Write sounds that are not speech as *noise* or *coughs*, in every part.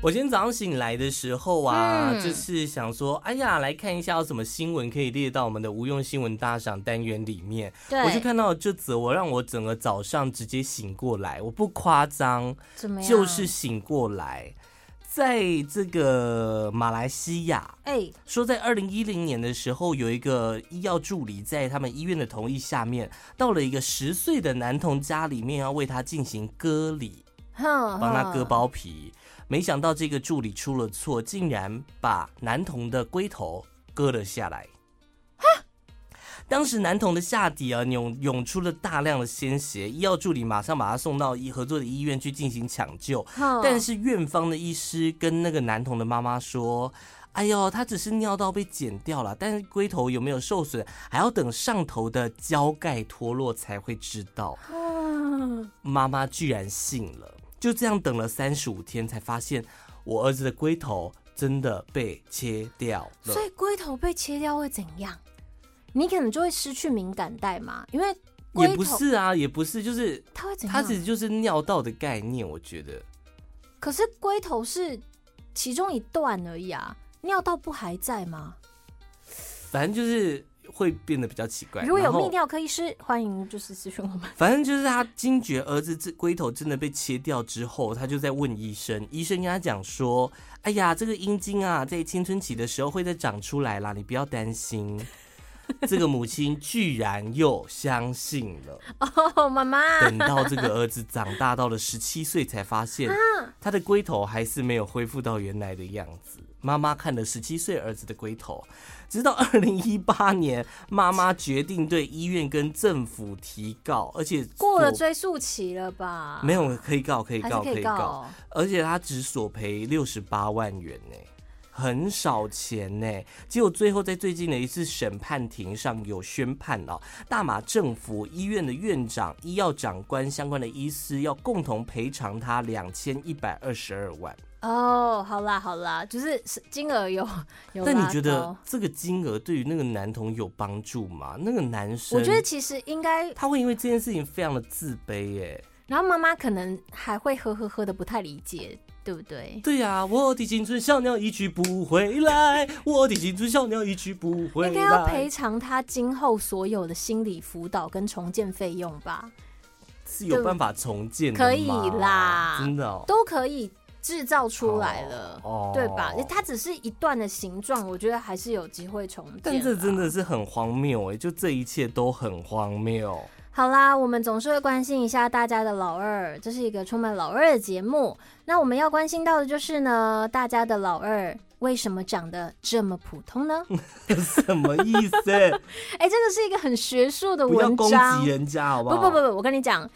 我今天早上醒来的时候啊，就是想说，哎呀，来看一下有什么新闻可以列到我们的无用新闻大赏单元里面。对我就看到这则，我让我整个早上直接醒过来，我不夸张，怎么样？就是醒过来。在这个马来西亚，哎、说在二零一零年的时候，有一个医药助理在他们医院的同意下面，到了一个十岁的男童家里面，要为他进行割礼，哼，帮他哼割。包皮。没想到这个助理出了错，竟然把男童的龟头割了下来。当时男童的下体啊涌涌出了大量的鲜血，医药助理马上把他送到医合作的医院去进行抢救。哼但是院方的医师跟那个男童的妈妈说：“哎呦，他只是尿道被剪掉了，但是龟头有没有受损，还要等上头的胶盖脱落才会知道。”啊妈妈居然信了，就这样等了三十五天，才发现我儿子的龟头真的被切掉了所。以龟头被切掉会怎样？你可能就会失去敏感带嘛，因为也龟不头是啊，也不是，就是它会怎它样？其实就是尿道的概念，我觉得。可是龟头是其中一段而已啊，尿道不还在吗？反正就是会变得比较奇怪。如果有然后泌尿科医师，欢迎就是咨询我 *laughs* 们。反正就是他惊觉儿子这龟头真的被切掉之后，他就在问医生，医生跟他讲说：“哎呀，这个阴茎啊，在青春期的时候会再长出来啦，你不要担心。”这个母亲居然又相信了。哦，妈妈，等到这个儿子长大到了十七岁，才发现嗯他的龟头还是没有恢复到原来的样子。妈妈看了十七岁儿子的龟头，直到二零一八年，妈妈决定对医院跟政府提告，而且过了索追溯期了吧？没有可以告，可以还是告，可以告哦而且他只索赔六十八万元呢、很少钱呢、结果最后在最近的一次审判庭上有宣判哦，大马政府医院的院长、医药长官相关的医师要共同赔偿他两千一百二十二万。哦，好啦好啦，就是是金额有有。但你觉得？这个金额对于那个男童有帮助吗？那个男生，我觉得其实应该，他会因为这件事情非常的自卑耶、然后妈妈可能还会呵呵呵的不太理解，对不对？对呀、我的青春小鸟一去不回来，我的青春小鸟一去不回来。应该要赔偿他今后所有的心理辅导跟重建费用吧，是有办法重建的吗可以啦真的哦。都可以制造出来了，哦对吧？它只是一段的形状，我觉得还是有机会重建啦。但这真的是很荒谬哎，就这一切都很荒谬。 *laughs* 好啦，我们总是会关心一下大家的老二，这是一个充满老二的节目。那我们要关心到的就是呢，大家的老二为什么长得这么普 *laughs* 通呢？什么意 *laughs* 思？欸哎、这个是一个很学术的不要文攻章击。人家好不不好？不不不，我跟你讲，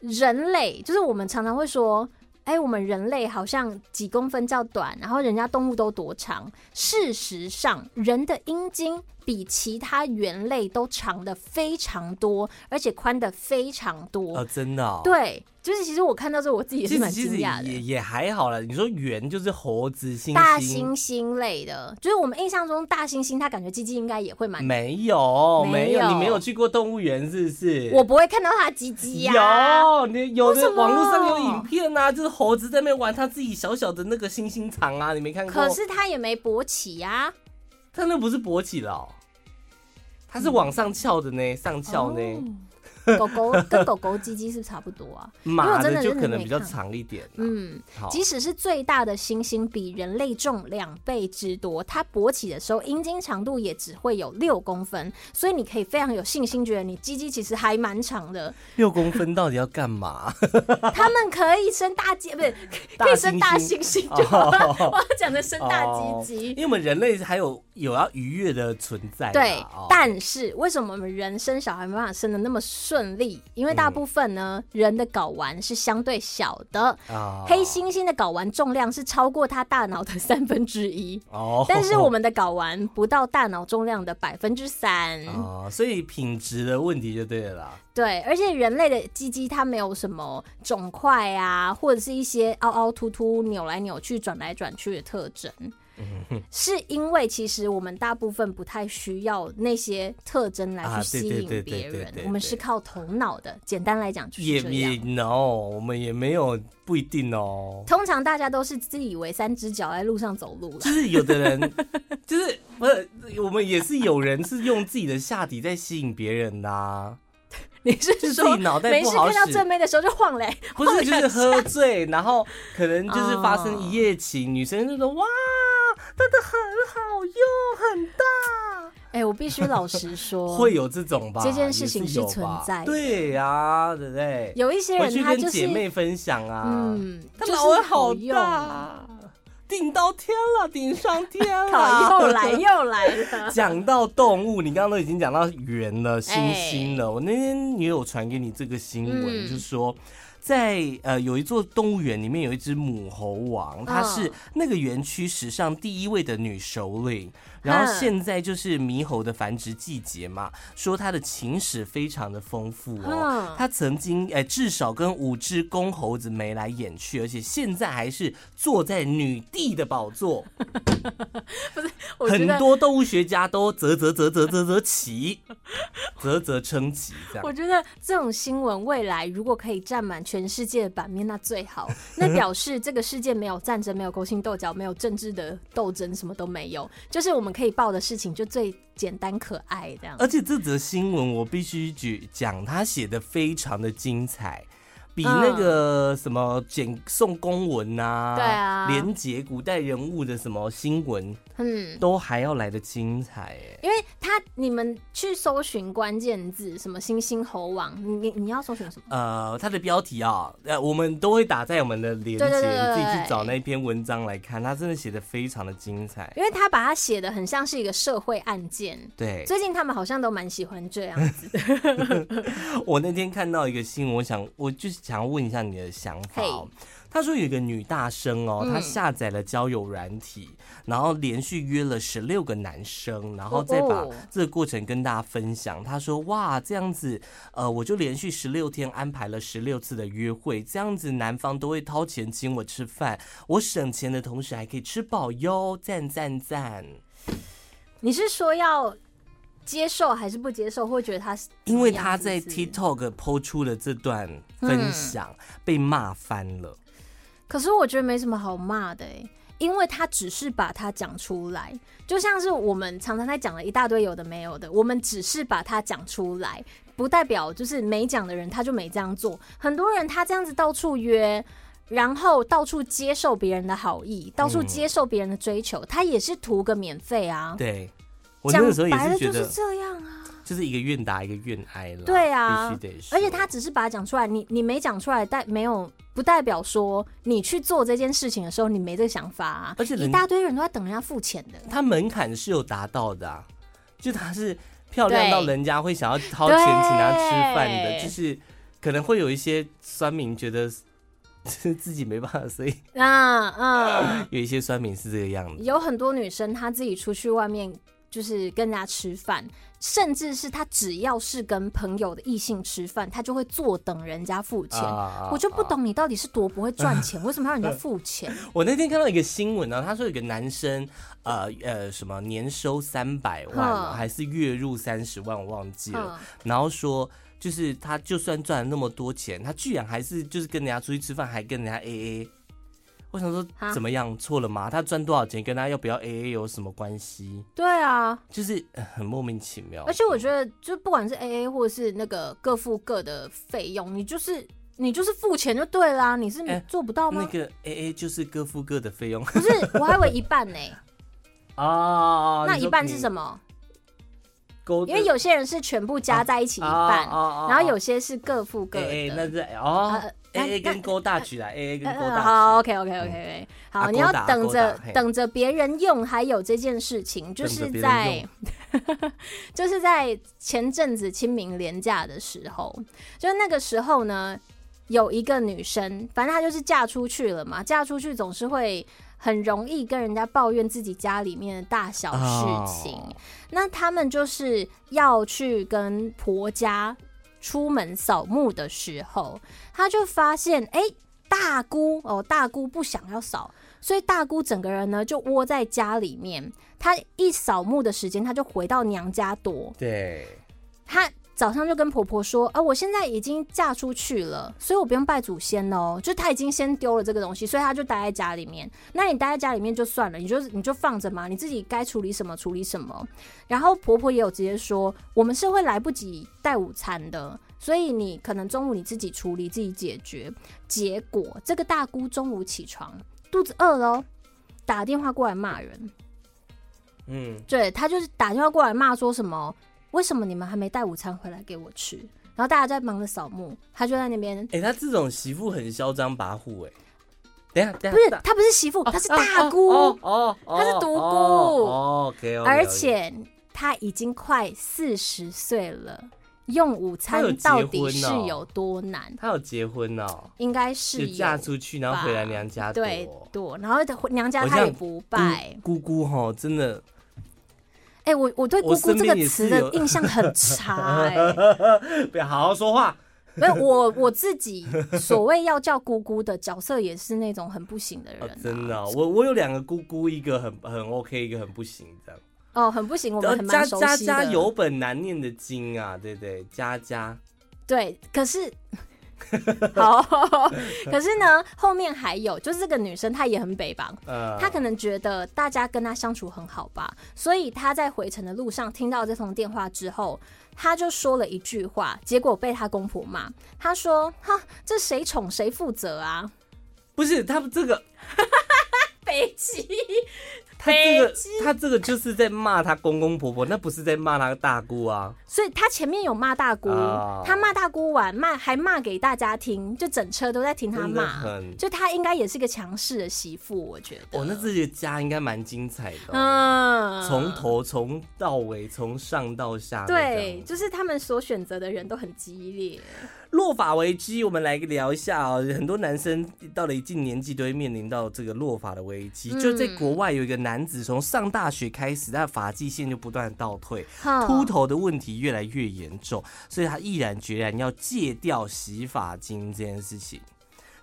人类就是我们常常会说，哎、我们人类好像几公分较短，然后人家动物都多长。事实上，人的阴茎比其他猿类都长的非常多，而且宽的非常多。哦，真的、哦。。对，就是其实我看到这，我自己也其是实蛮其实惊讶也的。也还好啦，你说圆就是猴子、猩大猩，猩猩类的，就是我们印象中大猩猩，它感觉鸡鸡应该也会蛮……没有没没有有，你没有去过动物园是不是？我不会看到它的鸡鸡呀、有，你有为什的么网络上有影片啊，就是猴子在那边玩它自己小小的那个星星肠啊，你没看过？可是它也没勃起呀、它那不是勃起了哦、它是往上翘的呢，上翘呢。哦狗狗跟狗狗鸡鸡是不是差不多 *laughs* 啊？因为马我真的就是可能没比较看长一点、嗯，嗯，好，即使是最大的猩猩比人类重两倍之多，它勃起的时候阴茎长度也只会有六公分，所以你可以非常有信心觉得你鸡鸡其实还蛮长的。六公分到底要干嘛？他们可以生大鸡，不是大可以生大猩猩猩 *laughs* 就好了。我要讲的生大哦鸡鸡。 *laughs* 因为我们人类还有有要愉悦的存在啦，对哦，但是为什么我们人生小孩没办法生的那么顺利？因为大嗯部分呢，人的睾丸是相对小的，啊黑猩猩的睾丸重量是超过它大脑的三分之一，哦，但是我 *laughs* 们的睾丸不到大脑重量的百分之三。哦，所以品质的问题就对了啦。对，而且人类的鸡鸡它没有什么肿块嗯啊，或者是一些凹凹凸凸、扭来扭去、转来转去的特征。是因为其实我们大部分不太需要那些特征来啊去吸对对对引别对对人对，我们对是靠头脑的。简单来讲就是也这也样。 no，我们也没有不一定哦。通常大家都是自以为三只脚在路上走路了 *laughs* 就，是有的人，就是不是我们也是有人是用自己的下体在吸引别人的、 *laughs* 啊， *laughs* 你就是是自说己脑袋没不事好看使，到正妹的时候就晃嘞？不是就是喝醉，然后可能就是发生一夜情，女生就说哦哇，它的很好用，很大，哎、我必须老实 *laughs* 说，会有这种吧？这件事情也是有吧存在的对呀，对不对？有一些回人去他跟就是姐妹分享啊，嗯，它就是老二好用，啊大，顶到天了，顶上天了， *laughs* 靠，又来又来 *laughs* 了。讲到动物，你刚刚都已经讲到圆了、星星了。我那天也有传给你这个新闻，哎嗯就是说。在呃，有一座动物园里面有一只母猴王，它嗯是那个园区史上第一位的女首领。然后嗯现在就是猕猴的繁殖季节嘛，说它的情史非常的丰富哦嗯。它曾经哎、呃至少跟五只公猴子眉来眼去，而且现在还是坐在女帝的宝座。我觉很得，多动物学家都啧啧啧啧啧啧奇，啧啧称奇这我样。觉得这种新闻未来如果可以占满全世界的版面，那最 *laughs* 好。那表示这个世界没有战争，没有勾心斗角，没有政治的斗争，什么都没有。就是我们可以报的事情就最简单可爱这样。而且这则新闻我必须举讲，他写的非常的精彩，比嗯那个什么简送公文呐、对啊连结古代人物的什么新闻嗯，都还要来的精彩哎。因为他你们去搜寻关键字，什么星星猴王，你你你要搜寻什么？呃，它的标题啊，呃，我们都会打在我们的链接，对对对你对自己对去找那篇文章来看，它真的写的非常的精彩。因为他把它写的很像是一个社会案件。对，最近他们好像都蛮喜欢这样 *laughs* 子。我那天看到一个新闻，我想我就是想要问一下你的想法哦。他说有一个女大生哦，嗯她下载了交友软体，然后连续约了十六个男生，然后再把哦哦这个过程跟大家分享。她说哇，这样子，呃，我就连续十六天安排了十六次的约会，这样子男方都会掏钱请我吃饭，我省钱的同时还可以吃饱哟，赞赞赞！你是说要接受还是不接受？会觉得他是因为她在怎么样是不是嗯 TikTok 抛出的这段分享、被骂翻了。可是我觉得没什么好骂的、欸，因为他只是把它讲出来，就像是我们常常在讲了一大堆有的没有的，我们只是把它讲出来，不代表就是没讲的人他就没这样做。很多人他这样子到处约。然后到处接受别人的好意，到处嗯接受别人的追求，他也是图个免费啊。对，我那讲个时候也白了是觉就是得，这样啊。就是一个愿打一个愿挨了。对啊必须得说。而且他只是把它讲出来，你你没讲出来，代没有不代表说你去做这件事情的时候你没这个想法啊。而且人一大堆人都在等人家付钱的，他门槛是有达到的、啊，就他是漂亮到对人家会想要掏钱请他吃饭的，对就是可能会有一些酸民觉得 *laughs* 自己没办法，所以 *coughs* 啊啊，有一些酸民是这个样子。有很多女生她自己出去外面就是跟人家吃饭，甚至是她只要是跟朋友的异性吃饭，她就会坐等人家付钱。啊我就不。啊懂你到底是多不会赚钱，为什么要人家付 *laughs* 钱？啊我那天看到一个新闻呢、啊他说有个男生，呃呃，什么年收三百万哦、嗯还是月入三十万，我忘记了。嗯，然后说，就是他就算赚了那么多钱，他居然还是就是跟人家出去吃饭，还跟人家 A A。我想说哈怎么样错了吗？他赚多少钱跟他要不要 A A 有什么关系？对啊，就是呃很莫名其妙。而且我觉得，就不管是 A A 或者是那个各付各的费用，你就是你就是付钱就对啦，你是哎做不到吗？那个 A A 就是各付各的费 *laughs* 用不是，我还以为一 *laughs* 半呢、哦啊那一半是什么？么？勾因为有些人是全部哦加在一起一半，然后有些是各付各 A A，哦哦哎的那。是哦呃那 A A 那跟勾大举来 A A 跟勾呃，大好，OK，OK，OK，、好，啊你要勾搭等勾着搭嘿等着别人用，还有这件事情，就等着是别人在 *laughs* 就是在前阵子清明廉假的时候，就是那个时候呢，有一个女生，反正她就是嫁出去了嘛，嫁出去总是会很容易跟人家抱怨自己家里面的大小事情，哦那他们就是要去跟婆家出门扫墓的时候，他就发现，哎、大姑哦，大姑不想要扫，所以大姑整个人呢就窝在家里面，她一扫墓的时间，她就回到娘家躲。对，她早上就跟婆婆说：“啊，我现在已经嫁出去了，所以我不用拜祖先了哦。就她已经先丢了这个东西，所以她就待在家里面。那你待在家里面就算了，你就你就放着嘛，你自己该处理什么处理什么。然后婆婆也有直接说，我们是会来不及带午餐的，所以你可能中午你自己处理自己解决。结果这个大姑中午起床肚子饿了哦，打电话过来骂人。嗯，对他就是打电话过来骂说什么，为什么你们还没带午餐回来给我吃？然后大家在忙着扫墓，他就在那边，哎、她这种媳妇很嚣张跋扈、哎，等一下，等不一是下，他不是媳妇，大他是大姑，嗯哦哦，哦她是独孤哦，OK，而且他已经快四十岁了，用午她有餐结到底婚是哦有多难？她有结婚哦，应该就是嫁有出去，然后回来娘家躲对躲，然后回娘家好他也哦像嗯不拜。姑姑吼，真的， *laughs* 哎、我我对“我姑姑”身这个边也词是的有印象 *laughs* 很差、哎。不要好好说话。 *laughs* 没有，我我自己所谓要叫姑姑的角色，也是那种很不行的人、哦啊，真的哦、我我有两个姑姑，一个很很 OK，一个很不行这样。哦，很不行，我们呃很家蛮熟家悉的。家有本难念的经啊，对对，家家对，可 *laughs* 是好，可是呢，后面还有，就是这个女生她也很北吧。呃，她可能觉得大家跟她相处很好吧，所以她在回程的路上听到这通电话之后，她就说了一句话，结果被她公婆骂。她说：“哈，这谁宠谁负责啊？ *laughs* 不是他这个，北极他这个北他这个就是在骂他公公婆婆，那不是在骂他大姑啊。所以他前面有骂大姑，哦他骂大姑完骂还骂给大家听，就整车都在听他真的骂很，就他应该也是个强势的媳妇，我觉得。哦，那这个家应该蛮精彩的哦、嗯从、头从到尾，从上到下都这样。对，就是他们所选择的人都很激烈。落发危机，我们来聊一下哦。很多男生到了一定年纪，都会面临到这个落发的危机。嗯就在国外有一个男子，从上大学开始，他的发际线就不断地倒退，哼秃头的问题越来越严重，所以他毅然决然要戒掉洗发精这件事情。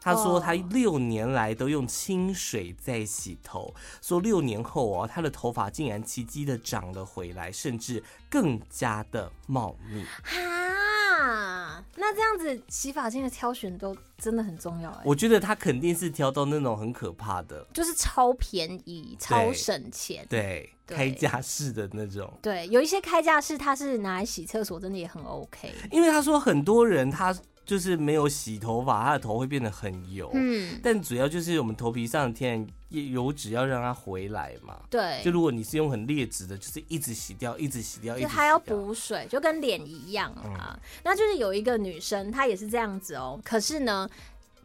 他说哦他六年来都用清水在洗头，说六年后哦，他的头发竟然奇迹的长了回来，甚至更加的茂密。哈，那这样子洗发精的挑选都真的很重要哎、我觉得他肯定是挑到那种很可怕的，就是超便宜、超省钱。对，对开架式的那种。对，有一些开架式，它是拿来洗厕所，真的也很 OK。因为他说很多人他就是没有洗头发，他的头会变得很油，嗯，但主要就是我们头皮上的天然油脂要让它回来嘛。对，就如果你是用很劣质的，就是一直洗掉，一直洗掉，一就直还要洗掉。嗯补水，就跟脸一样啊。那就是有一个女生，她也是这样子哦。可是呢，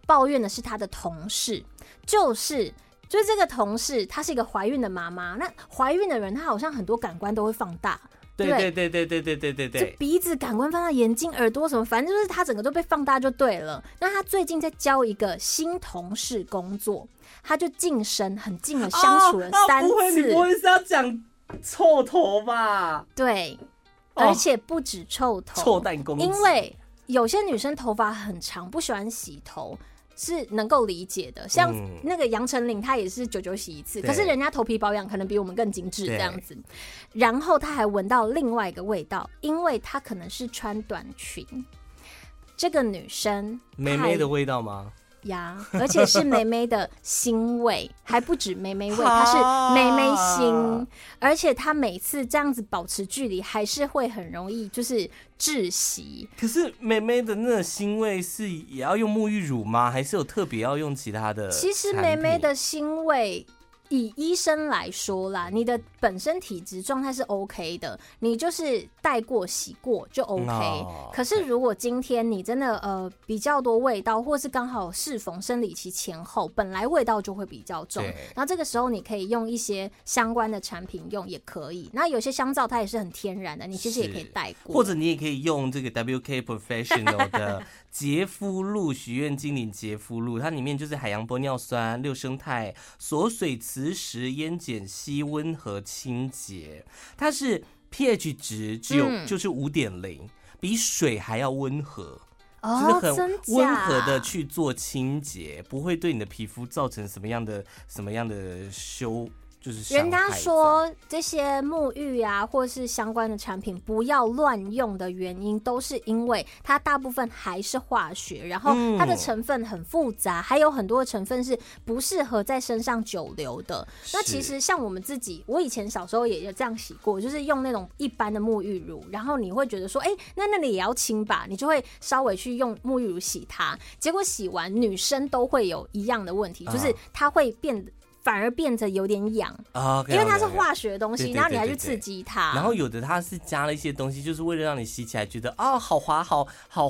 抱怨的是她的同事，就是就是这个同事，她是一个怀孕的妈妈。那怀孕的人，她好像很多感官都会放大，对对对对对对对对对就对，鼻子感官放大、眼睛、耳朵什么，反正就是她整个都被放大就对了。那她最近在教一个新同事工作，她就晋升，很近了，相处了哦三哦不会，你次，不会是要讲臭头吧？对，哦而且不止臭头，臭蛋公子，因为有些女生头发很长，不喜欢洗头。是能够理解的，像嗯那个杨丞琳，她也是久久洗一次，对可是人家头皮保养可能比我们更精致对这样子。然后她还闻到另外一个味道，因为她可能是穿短裙。这个女生妹妹的味道吗？呀，而且是梅梅的腥味，还不止梅梅味，哈它是梅梅腥，而且她每次这样子保持距离，还是会很容易就是窒息。可是妹妹的那个腥味是也要用沐浴乳吗？还是有特别要用其他的？其实梅梅，的腥味。以医生来说啦，你的本身体质状态是 OK 的，你就是带过、洗过就 OK、哦可是如果今天你真的呃比较多味道，或是刚好适逢生理期前后，本来味道就会比较重对，然后这个时候你可以用一些相关的产品用也可以。那有些香皂它也是很天然的，你其实也可以是带过，或者你也可以用这个 WK *laughs* Professional 的洁肤露许愿精灵洁肤露，它里面就是海洋玻尿酸、六生肽、锁水磁石、烟碱烯，温和清洁。它是 pH 值只有嗯就是五点零，比水还要温和。就是哦，很真假温和的去做清洁，不会对你的皮肤造成什么样的什么样的修，就是伤人家害说这些沐浴啊，或是相关的产品不要乱用的原因，都是因为它大部分还是化学，然后它的嗯成分很复杂，还有很多的成分是不适合在身上久留的。这样那其是实像我们自己，我以前小时候也有这样洗过，就是用那种一般的沐浴乳，然后你会觉得说，哎、那那里也要清吧，你就会稍微去用沐浴乳洗它。结果洗完，女生都会有一样的问题，就是啊它会变得。反而变得有点痒，啊，OK，因为它了是解化学的东对对西，然后你对还对去对刺激它，然后有的它是加了一些东西，就是为了让你洗起来觉得啊、好滑，好好滑，好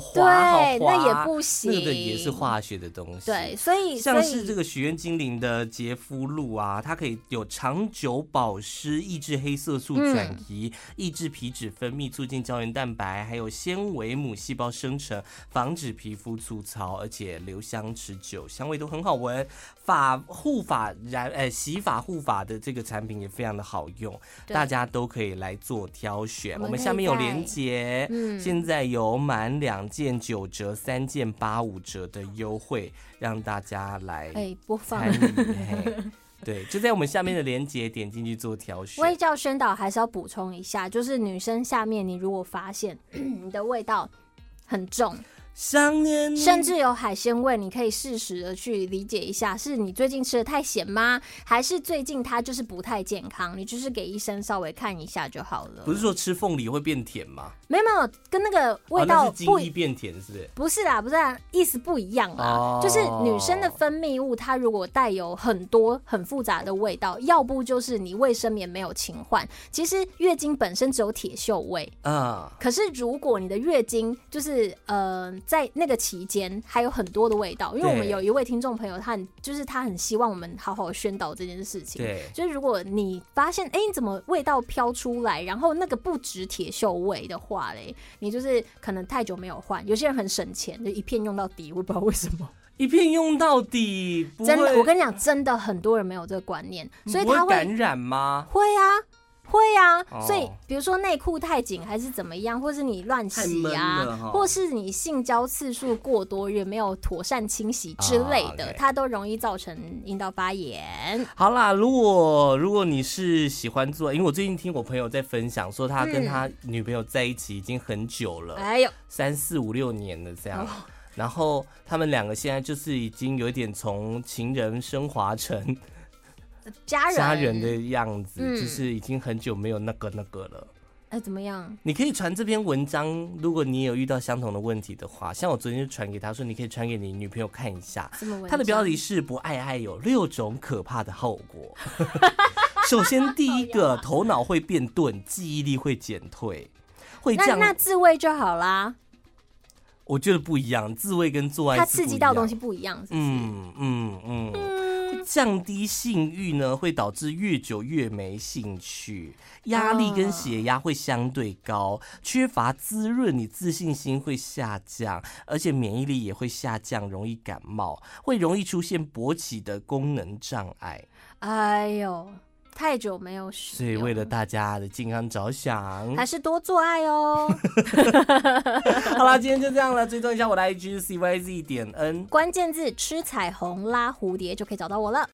滑对，，那也不行，那个也是化学的东西。对，，所以所像以是这个许愿精灵的洁肤露啊，它可以有长久保湿、抑制黑色素嗯转移、抑制皮脂分泌、促进胶原蛋白，还有纤维母细胞生成，防止皮肤粗糙，而且留香持久，香味都很好闻。发护发染呃洗发护发的这个产品也非常的好用，对大家都可以来做挑选。我我们们可以下面有在连结，嗯现在有满两件九折、三件八五折的优惠，让大家来哎、播放参与。嘿对，就在我们下面的连结，点进去做挑选。味道宣导还是要补充一下，就是女生下面你如果发现 *clears throat* 你的味道很重，香烟甚至有海鲜味，你可以适时的去理解一下，是你最近吃的太咸吗？还是最近它就是不太健康？你就是给医生稍微看一下就好了。不是说吃凤梨会变甜吗？没有没有，跟那个味哦那道是不精一益变甜，是不是？不是啦，不是啦，意思不一样啦。哦就是女生的分泌物，它如果带有很多很复杂的味道，要不就是你卫生棉没有勤换。其实月经本身只有铁锈味，嗯，可是如果你的月经就是呃在那个期间还有很多的味道，因为我们对有一位听众朋友，他很就是他很希望我们好好宣导这件事情。对。就是如果你发现，哎、你怎么味道飘出来，然后那个不止铁锈味的话嘞，你就是可能太久没有换。有些人很省钱，就一片用到底，我不知道为什么。一片用到底，不真的，我会跟你讲，真的很多人没有这个观念，所以不他会会感染吗？会啊。会啊，哦所以比如说内裤太紧还是怎么样，或是你乱太洗闷啊了，哈或是你性交次数过多也没有妥善清洗之啊类的， ，OK 它都容易造成阴道发炎。好啦，如果如果你是喜欢做，因为我最近听我朋友在分享说，他嗯跟他女朋友在一起已经很久了，哎呦，三四五六年了这哦样。然后他们两个现在就是已经有点从情人升华 *laughs* 成家人，家人的样子，嗯就是已经很久没有那个那个了。哎怎么样？你可以传这篇文章，如果你有遇到相同的问题的话，像我昨天就传给他说，你可以传给你女朋友看一下，这么文它的标章题是“不爱爱有六种可怕的后果” 。首先，第一个，头脑会变钝，记忆力会减退，会那降。那自慰就好啦，我觉得不一样，自慰跟做爱它是刺不激一到样的东西。不一样，是不是？嗯嗯嗯，会降低性欲呢，会导致越久越没兴趣，压力跟血压会相对高，缺乏滋润，你自信心会下降，而且免疫力也会下降，容易感冒，会容易出现勃起的功能障碍。哎呦，太久没有使所以用为了大家的健康着想，还是啊多做爱哦。好啦，今天就这样了。追踪一下我的 IG 是 cyz 点 n。关键字吃彩虹拉蝴蝶就可以找到我了。